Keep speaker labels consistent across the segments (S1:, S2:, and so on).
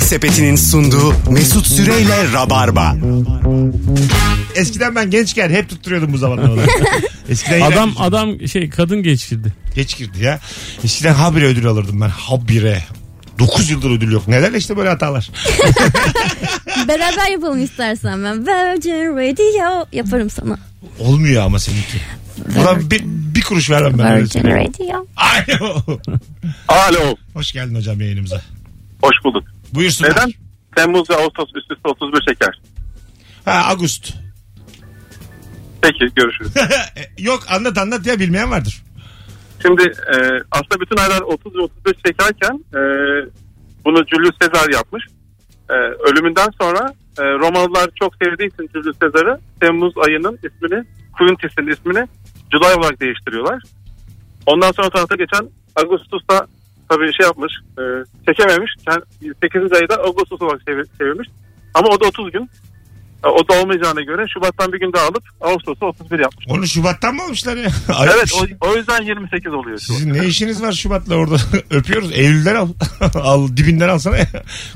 S1: Sepeti'nin sunduğu Mesut Süreyle Rabarba.
S2: Eskiden ben gençken hep tutturuyordum bu zamanlarda. Eskiden iğrenç-
S3: Adam adam şey kadın geçirdi.
S2: geç girdi ya. Eskiden habire ödül alırdım ben. Habire. 9 yıldır ödül yok. Neler işte böyle hatalar.
S4: Beraber yapalım istersen ben. Virgin Radio yaparım sana.
S2: Olmuyor ama seninki. Ulan bir, bir kuruş vermem ben. öyle
S4: Virgin
S2: söyleyeyim.
S4: Radio.
S2: Alo.
S5: Alo.
S2: Hoş geldin hocam yayınımıza.
S5: Hoş bulduk.
S2: Buyursunlar.
S5: Neden? Temmuz ve Ağustos üst üste 31 şeker.
S2: Ha Agust.
S5: Peki görüşürüz.
S2: yok anlat anlat ya bilmeyen vardır.
S5: Şimdi e, aslında bütün aylar 30 ve 35 şekerken e, bunu Julius Caesar yapmış. E, ölümünden sonra e, Romalılar çok sevdiği için Julius Caesar'ı Temmuz ayının ismini Quintus'in ismini July olarak değiştiriyorlar. Ondan sonra tahta geçen Augustus'ta tabii şey yapmış e, çekememiş. Yani 8. ayı da Augustus olarak çevir- çevirmiş. Ama o da 30 gün. E, O da olmayacağına göre Şubat'tan bir gün daha alıp Ağustos'ta 31 yapmış.
S2: Onu Şubat'tan mı almışlar ya?
S5: Evet
S2: Ayıpmış.
S5: o, o yüzden 28 oluyor. Şubat.
S2: Sizin ne işiniz var Şubat'la orada? Öpüyoruz. Eylül'den al. al dibinden alsana ya.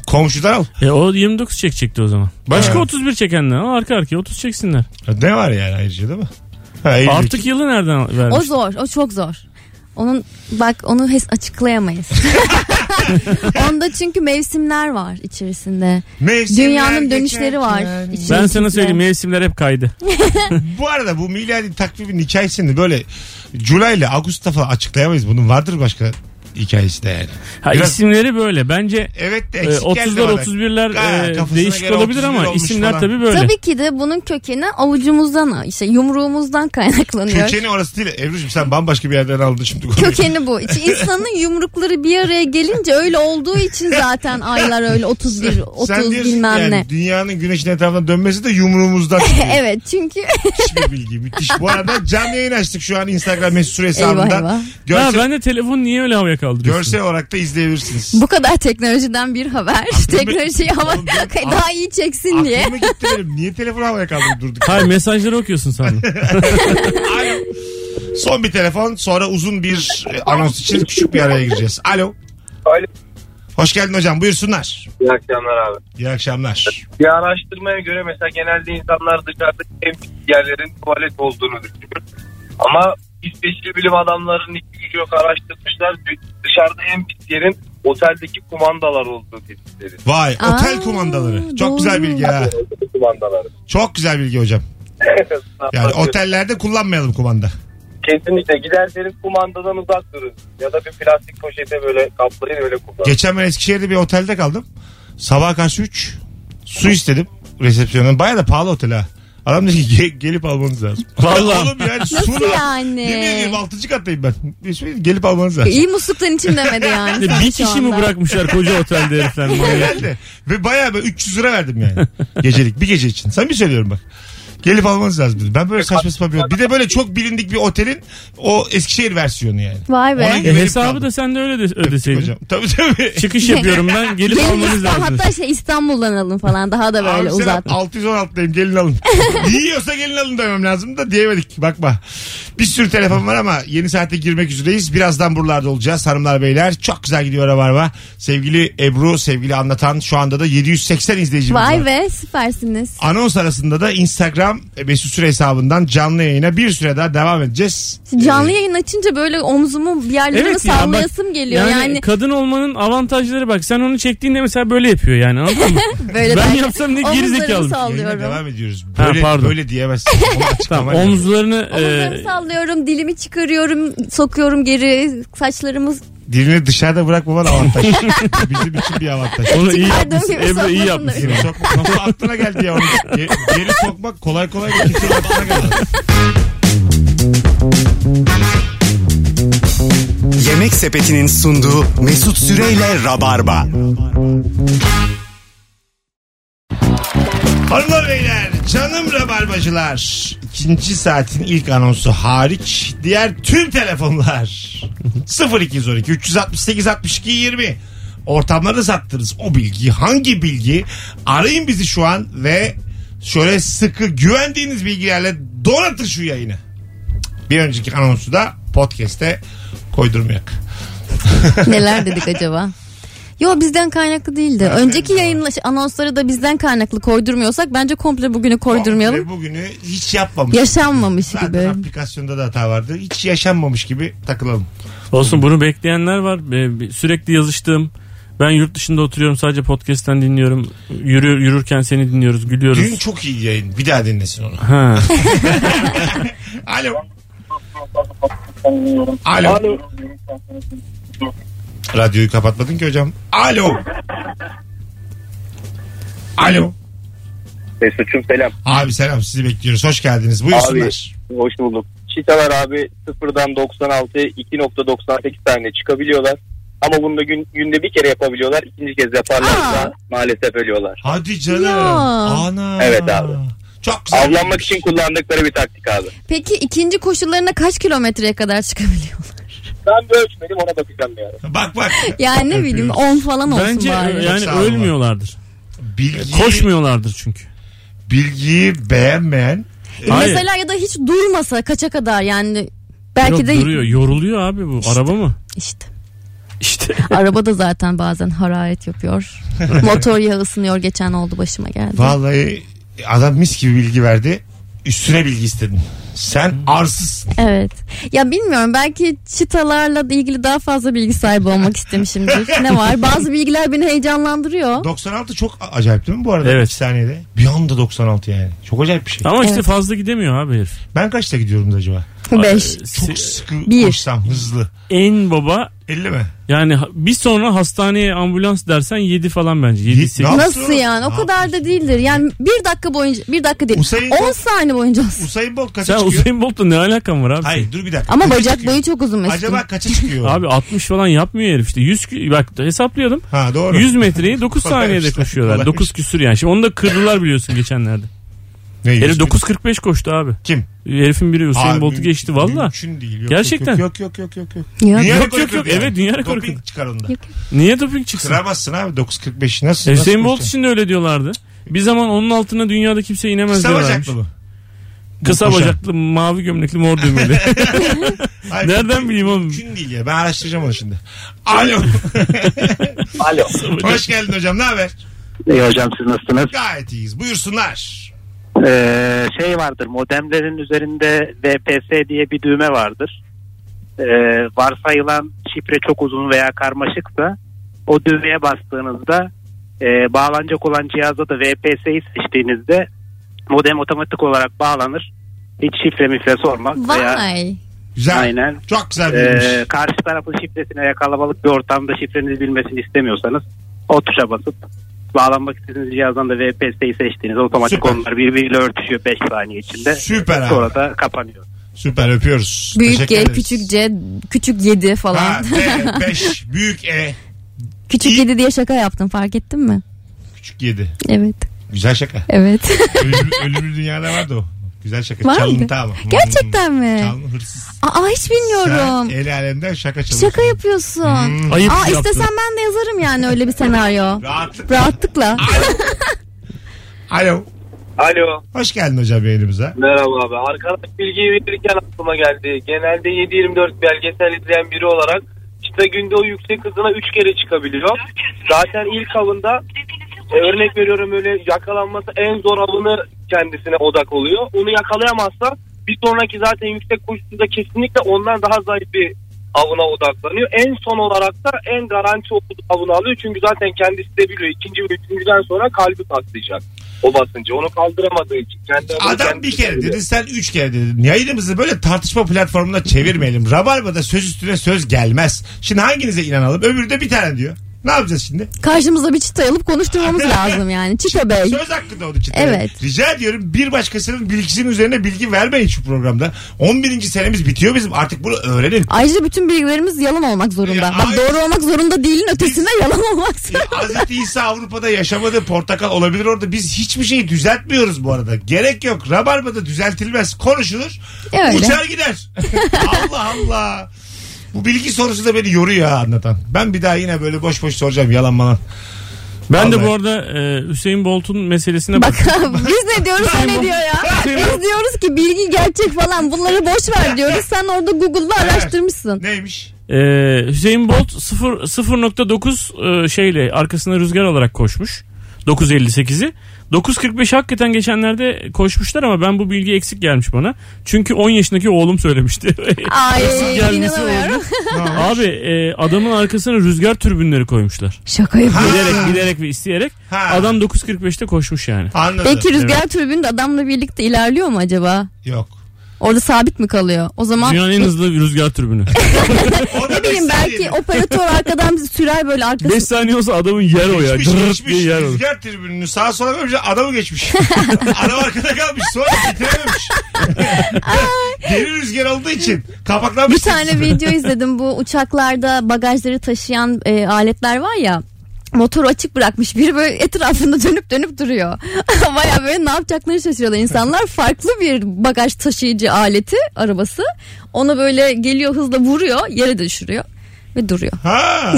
S2: Komşudan al.
S3: E o 29 çekecekti o zaman. Başka
S2: Evet.
S3: 31 çekenler ama arka arkaya 30 çeksinler.
S2: Ne var yani ayrıca değil mi? Ha, Eylül.
S3: Artık yılı nereden
S4: O
S3: vermiş?
S4: zor. O çok zor. Onun bak onu hiç açıklayamayız. Onda çünkü mevsimler var içerisinde.
S2: Mevsimler
S4: Dünyanın dönüşleri var.
S2: geçerken.
S4: içerisinde.
S3: Ben sana söyleyeyim mevsimler hep kaydı.
S2: Bu arada bu miladi takvimin hikayesini böyle July ile Ağustos'ta falan açıklayamayız. Bunun vardır başka hikayesi de yani.
S3: Ha,
S2: Biraz-
S3: isimleri böyle. Bence
S2: Evet de
S3: e,
S2: eksik geldi
S3: 30'lar
S2: bana.
S3: 31'ler
S2: Ha,
S3: e,
S2: kafasına
S3: değişik
S2: göre
S3: olabilir
S2: 31
S3: ama
S2: olmuş
S3: isimler
S2: falan.
S3: tabii böyle.
S4: Tabii ki de bunun kökeni avucumuzdan işte yumruğumuzdan kaynaklanıyor.
S2: Kökeni orası değil. Ebru'cum sen bambaşka bir yerden aldın şimdi. konuyu.
S4: Kökeni bu. İşte İnsanın yumrukları bir araya gelince öyle olduğu için zaten aylar öyle 31
S2: Sen
S4: 30
S2: diyorsun
S4: bilmem
S2: yani
S4: ne.
S2: dünyanın güneşin etrafından dönmesi de yumruğumuzdan evet.
S4: Evet çünkü
S2: bir bilgi. Müthiş. Bu arada canlı yayın açtık şu an Instagram mesut süre
S4: eyvah
S2: hesabından.
S4: eyvah.
S3: Ha,
S2: Görsel,
S3: ben de telefon niye öyle havaya kaldırıyorsun?
S2: görsel olarak da izleyebilirsiniz.
S4: Bu kadar teknolojiden bir haber. Teknolojiyi ama
S2: Oğlum benim-
S4: daha iyi çeksin diye.
S2: Aklıma gitti benim. Niye telefonu havaya kaldırıp durduk?
S3: Hayır mesajları okuyorsun sen.
S2: Alo. Son bir telefon sonra uzun bir e, anons için küçük bir araya gireceğiz. Alo.
S6: Alo.
S2: Hoş geldin hocam buyursunlar.
S6: İyi akşamlar abi.
S2: İyi akşamlar.
S6: Bir araştırmaya göre mesela genelde insanlar dışarıdaki en pis yerlerin tuvalet olduğunu düşünür. Ama İsveçli bilim adamlarının iki gücü yok araştırmışlar. Dışarıda en pis yerin oteldeki kumandalar olduğu tespitleri.
S2: Vay
S4: Aa,
S2: otel kumandaları. Çok
S4: doğru.
S2: güzel bilgi ha.
S6: Kumandaları.
S2: Çok güzel bilgi hocam. Yani otellerde kullanmayalım kumanda.
S6: Kesinlikle giderseniz kumandadan uzak durun. Ya da bir plastik poşete böyle kaplayın öyle kullanın.
S2: Geçen ben Eskişehir'de bir otelde kaldım. Sabaha karşı 3. Su istedim resepsiyondan. Baya da pahalı otel ha. Adam dedi ki "Ge- gelip almanız lazım.
S3: Vallahi.
S2: Oğlum yani su
S4: Nasıl
S2: lan. Yemin
S4: yani?
S2: ediyorum 6. kattayım ben. Hiçbir- Gelip almanız lazım.
S4: İyi musluktan içim demedi yani. sen
S3: bir
S4: şu
S3: kişi mi
S4: anda.
S3: bırakmışlar koca otelde herifler? E, manyak?
S2: Herhalde. Ve bayağı böyle 300 lira verdim yani. Gecelik bir gece için. Sen bir söylüyorum bak. Gelip almanız lazım dedi. Ben böyle saçma sapan bir Bir de böyle çok bilindik bir otelin o Eskişehir versiyonu yani.
S4: Vay
S2: Ona
S4: be.
S3: e,
S2: güvenip
S3: hesabı
S2: kaldım.
S3: da sen de öyle de
S2: Öptük
S3: ödeseydin.
S2: Hocam. Tabii tabii.
S3: Çıkış yapıyorum ben gelip
S4: Gelin
S3: almanız
S4: İstanbul-
S3: lazım.
S4: hatta şey İstanbul'dan alın falan daha da böyle
S2: Abi sen
S4: uzat.
S2: 616'dayım gelin alın. Yiyorsa gelin alın demem lazım da diyemedik. Bakma. Bir sürü telefon var ama yeni saate girmek üzereyiz. Birazdan buralarda olacağız hanımlar beyler. Çok güzel gidiyor Rabarba. Sevgili Ebru, sevgili anlatan şu anda da 780 izleyicimiz var.
S4: Vay be süpersiniz.
S2: Anons arasında da Instagram e, Mesut Süre hesabından canlı yayına bir süre daha devam edeceğiz.
S4: Canlı yayın açınca böyle omzumu bir yerlerimi
S3: Evet ya, bak-
S4: sallayasım geliyor.
S3: Yani,
S4: Yani,
S3: kadın olmanın avantajları bak sen onu çektiğinde mesela böyle yapıyor yani anladın mı? ben
S4: böyle derken
S3: yapsam ne
S4: omuzlarımı
S3: gerizekalıyım.
S2: Yayına
S4: sallıyorum.
S2: devam ediyoruz.
S3: Ha,
S2: Böyle,
S3: pardon.
S2: böyle diyemezsin. Onu
S3: Tamam,
S2: açıklaman lazım.
S3: omuzlarını
S4: Omuzlarımı
S3: e,
S4: sallıyorum, dilimi çıkarıyorum, sokuyorum geri, saçlarımı
S2: Dilini dışarıda bırakmaman avantaj. Bizim için bir avantaj.
S3: onu iyi
S4: Çıkardım
S3: yapmışsın.
S4: gibi
S3: Ebru iyi
S4: sokmasınlar.
S3: yapmışsın.
S2: Dilini sokmak nasıl aklına geldi ya onu? Ge- Geri sokmak kolay kolay bir kimsenin aklına gelmez.
S1: Yemek Sepeti'nin sunduğu Mesut Süreyle Rabarba.
S2: Hanımlar beyler canım rabarbacılar ikinci saatin ilk anonsu hariç diğer tüm telefonlar 0212 368 62 20 ortamları sattınız o bilgi hangi bilgi arayın bizi şu an ve şöyle sıkı güvendiğiniz bilgilerle donatın şu yayını bir önceki anonsu da podcast'e koydurmayak
S4: Neler dedik acaba? Yo bizden kaynaklı değildi. Önceki yayın anonsları da bizden kaynaklı koydurmuyorsak bence komple bugünü koydurmayalım.
S2: Ve bugünü hiç yapmamış.
S4: Yaşanmamış
S2: Zaten
S4: gibi.
S2: aplikasyonda da hata vardı. Hiç yaşanmamış gibi takılalım.
S3: Olsun bunu bekleyenler var. Be- be- Sürekli yazıştığım ben yurt dışında oturuyorum sadece podcast'ten dinliyorum. Yürü, yürürken seni dinliyoruz, gülüyoruz.
S2: Dün çok iyi yayın. Bir daha dinlesin onu.
S3: Ha.
S2: Alo. Alo. Radyoyu kapatmadın ki hocam. Alo. Alo.
S7: Mesut'cum selam.
S2: Abi selam sizi bekliyoruz. Hoş geldiniz. Buyursunlar.
S7: Hoş bulduk. Çitalar abi sıfırdan 96 2.98 tane çıkabiliyorlar. Ama bunu da gün, günde bir kere yapabiliyorlar. İkinci kez yaparlarsa
S4: Aa.
S7: maalesef ölüyorlar.
S2: Hadi canım.
S4: Ya.
S2: Ana.
S7: Evet abi.
S2: Çok güzel.
S7: Avlanmak için kullandıkları bir taktik abi.
S4: Peki ikinci koşullarına kaç kilometreye kadar çıkabiliyorlar?
S7: Ben de ölçmedim ona bakacağım yani.
S2: Bak bak.
S4: Yani ne bileyim 10 falan olsun
S3: Bence
S4: bari.
S2: Çok
S3: yani
S2: sağ olun.
S3: ölmüyorlardır.
S2: Bilgiyi,
S3: Koşmuyorlardır çünkü.
S2: bilgiyi beğenmeyen
S3: Hayır.
S4: Mesela ya da hiç durmasa kaça kadar yani belki
S3: Yok,
S4: de
S3: duruyor, yoruluyor abi bu. Araba mı?
S4: işte
S3: İşte.
S4: arabada zaten bazen hararet yapıyor. Motor yağı ısınıyor geçen oldu başıma geldi.
S2: vallahi adam mis gibi bilgi verdi. Üstüne bilgi istedin. Sen arsızsın.
S4: Evet. Ya bilmiyorum belki çıtalarla da ilgili daha fazla bilgi sahibi olmak istemişimdir. ne var? Bazı bilgiler beni heyecanlandırıyor.
S2: 96 çok a- acayip değil mi bu arada?
S3: Evet.
S2: İki saniyede. Bir anda 96 yani. Çok acayip bir şey.
S3: Ama işte
S4: Evet.
S3: fazla gidemiyor abi herif.
S2: Ben kaçta gidiyorum da acaba?
S4: 5.
S2: Çok
S3: Se-
S2: sıkı
S4: Bir.
S2: koşsam hızlı.
S3: En baba
S2: 50 mi?
S3: yani ha- bir sonra hastaneye ambulans dersen 7 falan bence. 7
S2: Yedi-
S3: 8.
S2: Ne
S4: Nasıl
S2: yapıyorsun?
S4: yani?
S2: Ne
S4: O kadar da değildir. Yani bir dakika boyunca, bir dakika değil.
S2: Usain
S4: 10 saniye boyunca olsun.
S2: Usain Bolt kaça
S3: Sen
S2: çıkıyor?
S3: Usain Bolt'la ne alakan var abi?
S2: Hayır dur bir dakika.
S4: Ama
S2: Kaça
S4: bacak
S2: çıkıyor?
S4: boyu çok uzun Mesut'un.
S2: Acaba kaça çıkıyor?
S3: Abi 60 falan yapmıyor herif işte. 100 kü- bak hesaplayalım.
S2: ha doğru.
S3: 100 metreyi 9 saniyede
S2: Kolaymış lan,
S3: koşuyorlar.
S2: kolaymış.
S3: 9 küsür yani. Şimdi onu da kırdılar biliyorsun geçenlerde.
S2: Ne, yüz
S3: Herif
S2: bin?
S3: 9.45 koştu abi.
S2: Kim?
S3: Herifin biri Usain
S2: Abi,
S3: Bolt'u geçti valla.
S2: Mümkün değil. Yok,
S3: Gerçekten.
S2: Yok yok yok yok. yok.
S4: Yok.
S2: Dünya
S3: Yok,
S2: rekoru
S3: yok, yok.
S2: kırdı yani.
S3: Evet, dünya rekoru
S2: Doping
S3: kırdı.
S2: çıkar onda.
S4: Yok.
S3: Niye doping çıksın?
S2: Kıramazsın abi 9.45 nasıl? nasıl
S3: Hüseyin Bolt
S2: koşacaksın?
S3: için de öyle diyorlardı. Bir zaman onun altına dünyada kimse inemez
S2: Kısa
S3: diyorlarmış.
S2: bacaklı mı?
S3: Kısa
S2: koşan.
S3: bacaklı, mavi gömlekli, mor düğmeli.
S2: Hayır,
S3: Nereden
S2: mümkün-
S3: bileyim oğlum?
S2: Mümkün değil ya. Ben araştıracağım onu şimdi. Alo.
S7: Alo.
S2: Hoş geldin hocam. Ne haber?
S7: İyi hocam siz nasılsınız?
S2: Gayet iyiyiz. Buyursunlar.
S7: Ee, şey vardır modemlerin üzerinde VPS diye bir düğme vardır. Ee, varsayılan şifre çok uzun veya karmaşıksa o düğmeye bastığınızda e, bağlanacak olan cihazda da VPS'yi seçtiğinizde modem otomatik olarak bağlanır. Hiç şifre mifre sormaz veya
S4: Vay.
S2: Güzel.
S7: Aynen.
S2: Çok güzel bilmiş.
S7: e, karşı tarafın şifresine veya kalabalık bir ortamda şifrenizi bilmesini istemiyorsanız o tuşa basıp bağlanmak istediğiniz cihazdan da VPS'yi seçtiğiniz otomatik
S2: Süper.
S7: onlar birbiriyle örtüşüyor 5 saniye içinde.
S2: Süper abi.
S7: Sonra da kapanıyor.
S2: Süper öpüyoruz.
S4: Büyük
S2: Teşekkür
S4: G,
S2: ederiz.
S4: küçük C, küçük 7
S2: Ha,
S4: falan.
S2: D, 5, büyük E,
S4: küçük 7 diye şaka yaptım fark ettin mi?
S2: küçük 7.
S4: Evet.
S2: Güzel şaka.
S4: Evet.
S2: Ölümlü, ölümlü dünyada vardı o. Güzel şaka.
S4: Var
S2: Çalıntı
S4: mıydı?
S2: ama.
S4: Gerçekten mi?
S2: Çalın hırsız.
S4: Aa hiç
S2: Sen e,
S4: bilmiyorum.
S2: el alemden şaka çalıyorsun.
S4: Şaka yapıyorsun.
S2: Hmm.
S3: Ayıp
S4: Aa
S3: yaptı.
S4: istesem ben de yazarım yani öyle bir senaryo.
S2: Rahat.
S4: Rahatlıkla.
S2: Alo.
S6: Alo.
S2: Hoş geldin hocam yayınımıza.
S6: Merhaba abi. Arkadaş bilgiyi verirken aklıma geldi. Genelde 7-24 belgesel izleyen biri olarak işte günde o yüksek hızına 3 kere çıkabiliyor. Zaten ilk avında e, örnek veriyorum öyle yakalanması en zor avını kendisine odak oluyor. Onu yakalayamazsa bir sonraki zaten yüksek koşusunda kesinlikle ondan daha zayıf bir avına odaklanıyor. En son olarak da en garanti olduğu avını alıyor. Çünkü zaten kendisi de biliyor. ikinci ve üçüncüden sonra kalbi patlayacak. O basıncı. Onu kaldıramadığı için. Kendi avını
S2: Adam
S6: kendisi
S2: bir kere
S6: biliyor.
S2: dedi sen üç kere dedin. Yayınımızı böyle tartışma platformuna çevirmeyelim. Rabarba'da söz üstüne söz gelmez. Şimdi hanginize inanalım? Öbürü de bir tane diyor. Ne yapacağız şimdi?
S4: Karşımıza bir çıta alıp konuşturmamız lazım yani. Çita Bey.
S2: Söz hakkı da onun için.
S4: Evet.
S2: Rica ediyorum bir başkasının bilgisinin üzerine bilgi vermeyin şu programda. 11. senemiz bitiyor bizim. Artık bunu öğrenin.
S4: Ayrıca bütün bilgilerimiz yalan olmak zorunda.
S2: Ya,
S4: Bak
S2: hayır.
S4: doğru olmak zorunda değilin ötesinde yalan olmak zorunda.
S2: Hazreti İsa Avrupa'da yaşamadı. Portakal olabilir orada. Biz hiçbir şeyi düzeltmiyoruz bu arada. Gerek yok. Rabarba'da düzeltilmez. Konuşulur.
S4: Öyle.
S2: Uçar gider. Allah Allah. Bu bilgi sorusu da beni yoruyor ha anlatan. Ben bir daha yine böyle boş boş soracağım yalan malan.
S3: Ben de
S2: Vallahi.
S3: bu arada e, Hüseyin Bolt'un meselesine
S4: Bak
S3: bak.
S4: biz ne diyoruz o ne diyor ya. Biz diyoruz ki bilgi gerçek falan bunları boş ver diyoruz. Sen orada Google'da araştırmışsın.
S2: Neymiş?
S3: E, Hüseyin Bolt 0 0.9 e, şeyle arkasına rüzgar alarak koşmuş. 9.58'i. 9.45 hakikaten geçenlerde koşmuşlar ama ben bu bilgi eksik gelmiş bana. Çünkü 10 yaşındaki oğlum söylemişti.
S4: Ay
S3: gelmesi
S4: inanamıyorum.
S3: Abi e, adamın arkasına rüzgar türbinleri koymuşlar.
S4: Şaka yapıyorum.
S3: Bilerek bilerek ve isteyerek.
S2: Ha.
S3: Adam 9.45'te koşmuş yani.
S2: Anladım.
S4: Peki rüzgar türbünü de adamla birlikte ilerliyor mu acaba?
S2: Yok.
S4: Orada sabit mi kalıyor? O zaman
S3: Dünyanın en hızlı rüzgar türbünü.
S2: O da
S4: ne bileyim
S2: beş
S4: belki
S2: saniye.
S4: operatör arkadan bizi sürer böyle
S3: 5
S4: arkasında.
S3: saniye olsa adamın yer o ya.
S2: Geçmiş
S3: Gırrt diye
S2: geçmiş
S3: yer olur.
S2: rüzgar tribününü sağa sola koymuş adamı geçmiş. Adam arkada kalmış sonra bitirememiş. Geri rüzgar olduğu için kapaklanmış.
S4: Bir tane video izledim bu uçaklarda bagajları taşıyan e, aletler var ya motoru açık bırakmış biri böyle etrafında dönüp dönüp duruyor. Baya böyle ne yapacaklarını şaşırıyorlar insanlar. Farklı bir bagaj taşıyıcı aleti arabası onu böyle geliyor hızla vuruyor yere düşürüyor ve duruyor.
S2: Ha,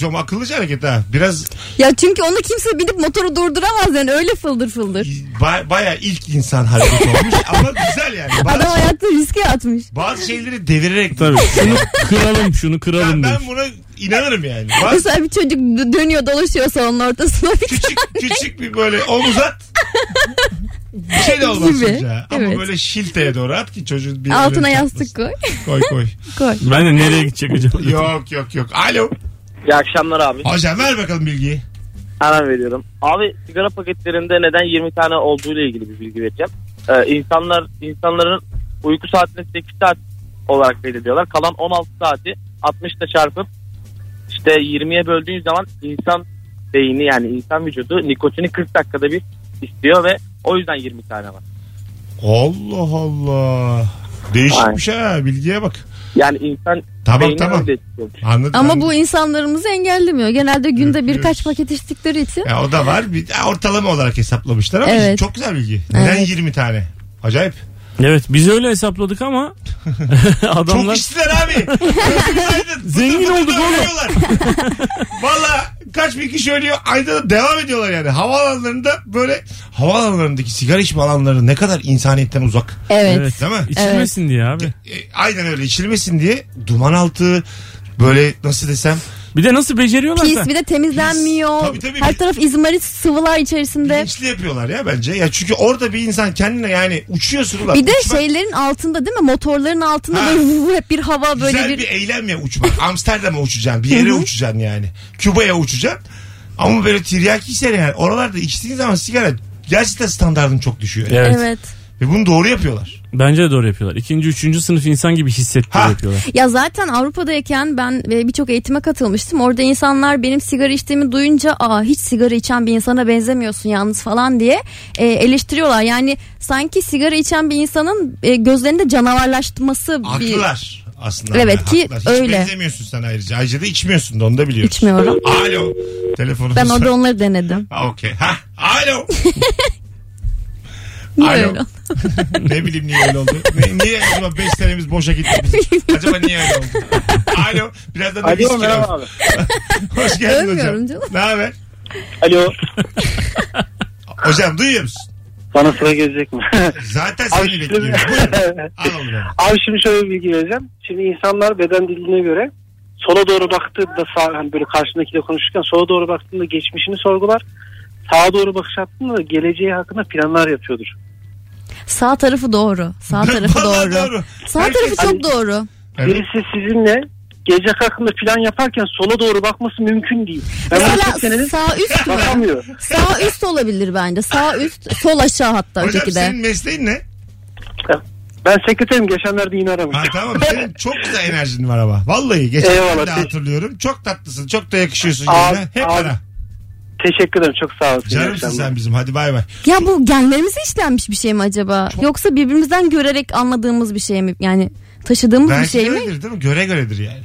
S2: çok akıllıca hareket ha. Biraz
S4: Ya çünkü onu kimse binip motoru durduramaz yani öyle fıldır fıldır.
S2: ba- baya ilk insan hareket olmuş ama güzel yani. Bazı,
S4: Adam hayatta riske atmış.
S2: bazı şeyleri devirerek.
S3: Tabii. Şunu kıralım şunu
S2: Ben,
S3: kıralım
S2: ben
S3: demiş.
S2: buna inanırım yani. Bazı
S4: Mesela bir çocuk dö- dönüyor dolaşıyor salonun ortasına bir
S2: küçük küçük bir böyle omuz at. Bir şey de olmaz
S4: Gibi.
S2: çocuğa. Ama
S4: Evet.
S2: böyle şilteye doğru at ki çocuğun bir
S4: altına
S2: yerine
S4: yastık koy.
S2: çarpmasın. Koy koy.
S4: koy.
S3: Ben de nereye gidecek acaba?
S2: yok yok yok. Alo.
S8: İyi akşamlar abi.
S2: Hocam ver bakalım bilgiyi.
S8: Hemen veriyorum. Abi sigara paketlerinde neden 20 tane olduğuyla ilgili bir bilgi vereceğim. Ee, insanlar insanların uyku saatini 8 saat olarak belirliyorlar. Kalan 16 saati 60'ta çarpıp işte 20'ye böldüğün zaman insan beyni yani insan vücudu nikotini 40 dakikada bir istiyor ve o yüzden 20 tane var.
S2: Allah Allah. Değişikmiş ha bilgiye bak.
S8: Yani insan
S2: Tamam,
S8: beyni
S2: tamam.
S8: öyle istiyormuş.
S2: Anladım.
S4: Ama
S2: anladım.
S4: bu insanlarımızı engellemiyor. Genelde günde
S2: Öpüyoruz.
S4: birkaç paket içtikleri için.
S2: Ya E, o da var. Bir, ya ortalama olarak hesaplamışlar ama
S4: Evet.
S2: çok güzel bilgi. Neden
S4: Evet.
S2: 20 tane? Acayip.
S3: Evet biz öyle hesapladık ama
S2: Çok
S3: adamlar
S2: işler abi. Gözümüz aydın.
S3: Zengin
S2: Fıtır fıtır
S3: olduk oğlum.
S2: arıyorlar. Valla kaç bin kişi ölüyor ayda da devam ediyorlar yani. Havaalanlarında böyle havaalanlarındaki sigara içme alanları ne kadar insaniyetten uzak.
S4: Evet.
S3: evet.
S2: Değil mi?
S3: içilmesin diye abi.
S2: E, aynen öyle içilmesin diye duman altı böyle nasıl desem
S3: Bir de nasıl beceriyorlarsa.
S4: Pis bir de temizlenmiyor.
S2: Pis. Tabii, tabii.
S4: Her taraf izmarit sıvılar içerisinde.
S2: bilinçli yapıyorlar ya bence. Ya çünkü orada bir insan kendine yani uçuyorsun ulan.
S4: Bir de şey
S2: Uçmak
S4: şeylerin altında değil mi? Motorların altında
S2: Ha.
S4: böyle vuv, hep bir hava
S2: güzel
S4: böyle
S2: bir...
S4: bir...
S2: eylem ya uçmak. Amsterdam'a uçacaksın. Bir yere uçacaksın yani. Küba'ya uçacaksın. Ama böyle tiryaki sene yani. Oralarda içtiğin zaman sigara gerçekten standartın çok düşüyor. yani.
S3: Evet.
S4: Evet.
S2: Ve bunu doğru yapıyorlar.
S3: Bence de doğru yapıyorlar. İkinci, üçüncü sınıf insan gibi hissettiriyor
S2: Ha.
S3: yapıyorlar.
S4: Ya zaten Avrupa'dayken ben e, birçok eğitime katılmıştım. Orada insanlar benim sigara içtiğimi duyunca aa hiç sigara içen bir insana benzemiyorsun yalnız falan diye e, eleştiriyorlar. Yani sanki sigara içen bir insanın e, gözlerinde canavarlaşması bir
S2: Haklılar aslında.
S4: Evet
S2: Yani
S4: ki
S2: haklılar. Hiç
S4: öyle.
S2: benzemiyorsun sen ayrıca. Ayrıca da içmiyorsun da onu da biliyoruz.
S4: içmiyorum.
S2: Alo. Telefonumuz
S4: Ben
S2: var.
S4: orada onları denedim.
S2: Ha, Okey. Ha. Alo.
S4: Niye
S2: Alo.
S4: öyle?
S2: ne bileyim niye öyle oldu. Ne- niye acaba 5 senemiz boşa gitti bizim? Acaba niye öyle oldu? Alo. Birazdan da viski
S8: Alo merhaba
S2: lazım.
S8: abi.
S2: Hoş geldin
S4: Övmüyorum
S2: hocam.
S4: canım.
S2: Ne haber?
S8: Alo.
S2: Hocam duyuyor musun?
S7: Bana sıra gelecek mi?
S2: Zaten seni
S7: şimdi-
S2: bekliyoruz. Buyurun. Al oğlum. onu.
S7: Abi şimdi şöyle bir bilgi vereceğim. Şimdi insanlar beden diline göre sola doğru baktığında sağ, hani böyle karşındakiyle konuşurken sola doğru baktığında geçmişini sorgular. Sağa doğru bakış attığında da geleceği hakkında planlar yapıyordur.
S4: Sağ tarafı doğru. Sağ tarafı
S2: Vallahi
S4: doğru.
S2: doğru.
S4: Sağ
S2: Herkes-
S4: tarafı çok doğru.
S2: Evet.
S7: Birisi sizinle gelecek hakkında plan yaparken sola doğru bakması mümkün değil. Ben
S4: Mesela
S7: 40 senedir
S4: sağ üst mü?
S7: bakamıyor.
S4: Sağ üst olabilir bence. Sağ üst, sol aşağı hatta
S2: Hocam
S4: öteki de.
S2: senin mesleğin ne?
S7: Ben sekreterim geçenlerde yine
S2: Ha,
S7: aramıştım.
S2: tamam senin çok güzel enerjin var ama. Vallahi geçen
S7: Eyvallah,
S2: gün de
S7: teşekkür-
S2: hatırlıyorum. Çok tatlısın. Çok da yakışıyorsun.
S7: Abi,
S2: yerine. Hep
S7: abi.
S2: ara.
S7: Teşekkür ederim çok sağ olasın. İyi
S2: Canımsın
S7: akşamlar.
S2: sen bizim. Hadi bay bay.
S4: Ya bu genlerimize işlenmiş bir şey mi acaba? Yoksa birbirimizden görerek anladığımız bir şey mi? Yani taşıdığımız bir
S2: Belki
S4: şey mi?
S2: öyledir değil mi? Göre göredir yani.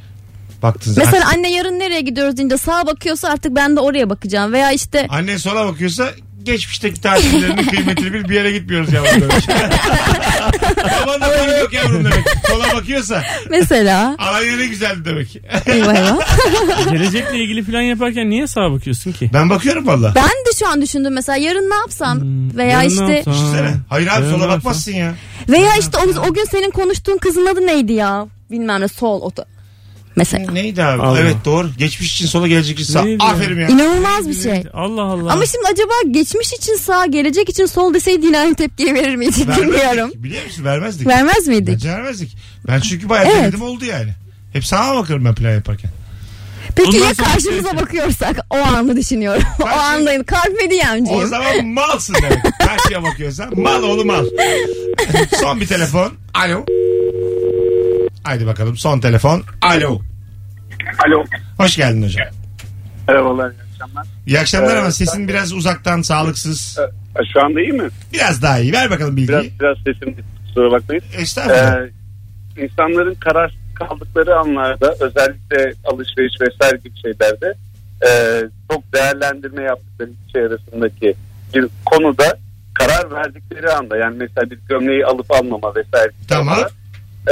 S2: Baktın zaten.
S4: Mesela anne yarın nereye gidiyoruz deyince sağa bakıyorsa artık ben de oraya bakacağım. Veya işte
S2: Annen sola bakıyorsa geçmişteki tatillerinin kıymetini bil bir yere gitmiyoruz ya. Kafanda para yok yavrum demek. Sola bakıyorsa
S4: Mesela.
S2: araya ne güzeldi demek.
S4: Eyvah eyvah.
S3: Gelecekle ilgili plan yaparken niye sağa bakıyorsun ki?
S2: Ben bakıyorum valla.
S4: Ben de şu an düşündüm mesela yarın ne yapsam veya
S3: Hmm, Yarın ne
S4: işte
S3: yapsam?
S2: Düşünsene. Hayır abi
S3: Yarın ne
S2: sola
S3: yapsam?
S2: bakmazsın ya.
S4: veya işte o, o gün senin konuştuğun kızın adı neydi ya? Bilmem ne sol otu. Mesela.
S2: Neydi abi?
S3: Allah.
S2: Evet doğru. Geçmiş için sola gelecek için sağ.
S3: Neydi ya?
S2: Aferin ya.
S4: İnanılmaz bir şey.
S3: Allah Allah.
S4: Ama şimdi acaba geçmiş için sağ, gelecek için sol deseydi yine aynı tepkiyi verir miydik bilmiyorum.
S2: Vermezdik. Biliyor musun? Vermezdik.
S4: Vermez miydik?
S2: Bence vermezdik. Ben çünkü bayağı
S4: Evet.
S2: denedim oldu yani. Hep sağa bakarım ben plan yaparken.
S4: Peki
S3: Bundan
S4: ya
S3: sonra-
S2: şey-
S4: karşımıza bakıyorsak o anı düşünüyorum. o andayım. Carpe
S2: O
S4: diemciyim.
S2: zaman malsın demek. Karşıya bakıyorsan mal oğlu mal. son bir telefon. Alo. Haydi bakalım son telefon. Alo.
S5: Alo.
S2: Hoş geldin hocam.
S5: Merhabalar. iyi akşamlar.
S2: İyi akşamlar ama sesin biraz uzaktan sağlıksız.
S5: E, Şu anda iyi mi?
S2: Biraz daha iyi. Ver bakalım bilgiyi.
S5: Biraz biraz sesim kusura bakmayın.
S2: Estağfurullah.
S5: Ee, insanların kararsız kaldıkları anlarda özellikle alışveriş vesaire gibi şeylerde e, çok değerlendirme yaptıkları iki şey arasındaki bir konuda karar verdikleri anda yani mesela bir gömleği alıp almama vesaire gibi
S2: Tamam.
S5: konuda,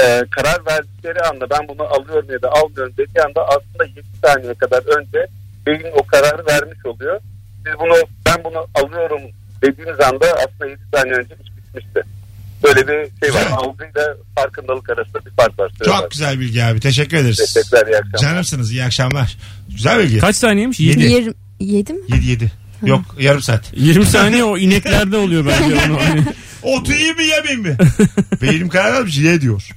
S5: e, karar verdikleri anda ben bunu alıyorum ya da almıyorum dediği anda aslında 7 saniye kadar önce beyin o kararı vermiş oluyor. Siz bunu ben bunu alıyorum dediğiniz anda aslında 7 saniye önce iş bitmişti. Böyle bir şey var.
S2: Güzel.
S5: Algıyla farkındalık arasında bir fark var.
S2: Çok güzel bilgi abi. Teşekkür ederiz.
S5: Teşekkürler iyi akşamlar.
S2: Canımsınız. iyi akşamlar. Güzel bilgi.
S3: Kaç saniyeymiş?
S2: Yedi.
S3: 7.
S4: Yir, yedim.
S2: 7 7. Yok yarım saat.
S3: 20 saniye o ineklerde oluyor bence onu. Hani
S2: Otu iyi mi yemeyeyim mi? Beynim karar almış ye diyor.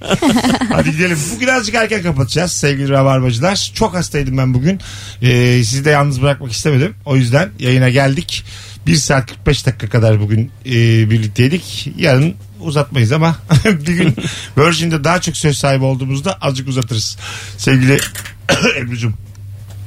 S2: Hadi gidelim. Bugün azıcık erken kapatacağız sevgili rabarbacılar. Çok hastaydım ben bugün. Ee, sizi de yalnız bırakmak istemedim. O yüzden yayına geldik. 1 saat 45 dakika kadar bugün e, birlikteydik. Yarın uzatmayız ama bir gün Virgin'de daha çok söz sahibi olduğumuzda azıcık uzatırız. Sevgili Ebru'cum.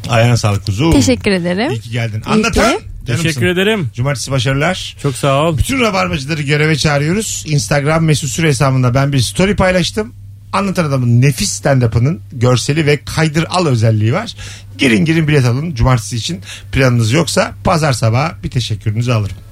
S2: Ayağına sağlık kuzum.
S4: Teşekkür ederim.
S2: İyi ki geldin. Anlatan.
S4: ki.
S2: canımsın.
S3: Teşekkür ederim.
S2: Cumartesi başarılar.
S3: Çok sağ ol.
S2: Bütün rabarbacıları göreve çağırıyoruz. Instagram mesut süre hesabında ben bir story paylaştım. Anlatan adamın nefis stand-up'ının görseli ve kaydır al özelliği var. Girin girin bilet alın cumartesi için planınız yoksa pazar sabahı bir teşekkürünüzü alırım.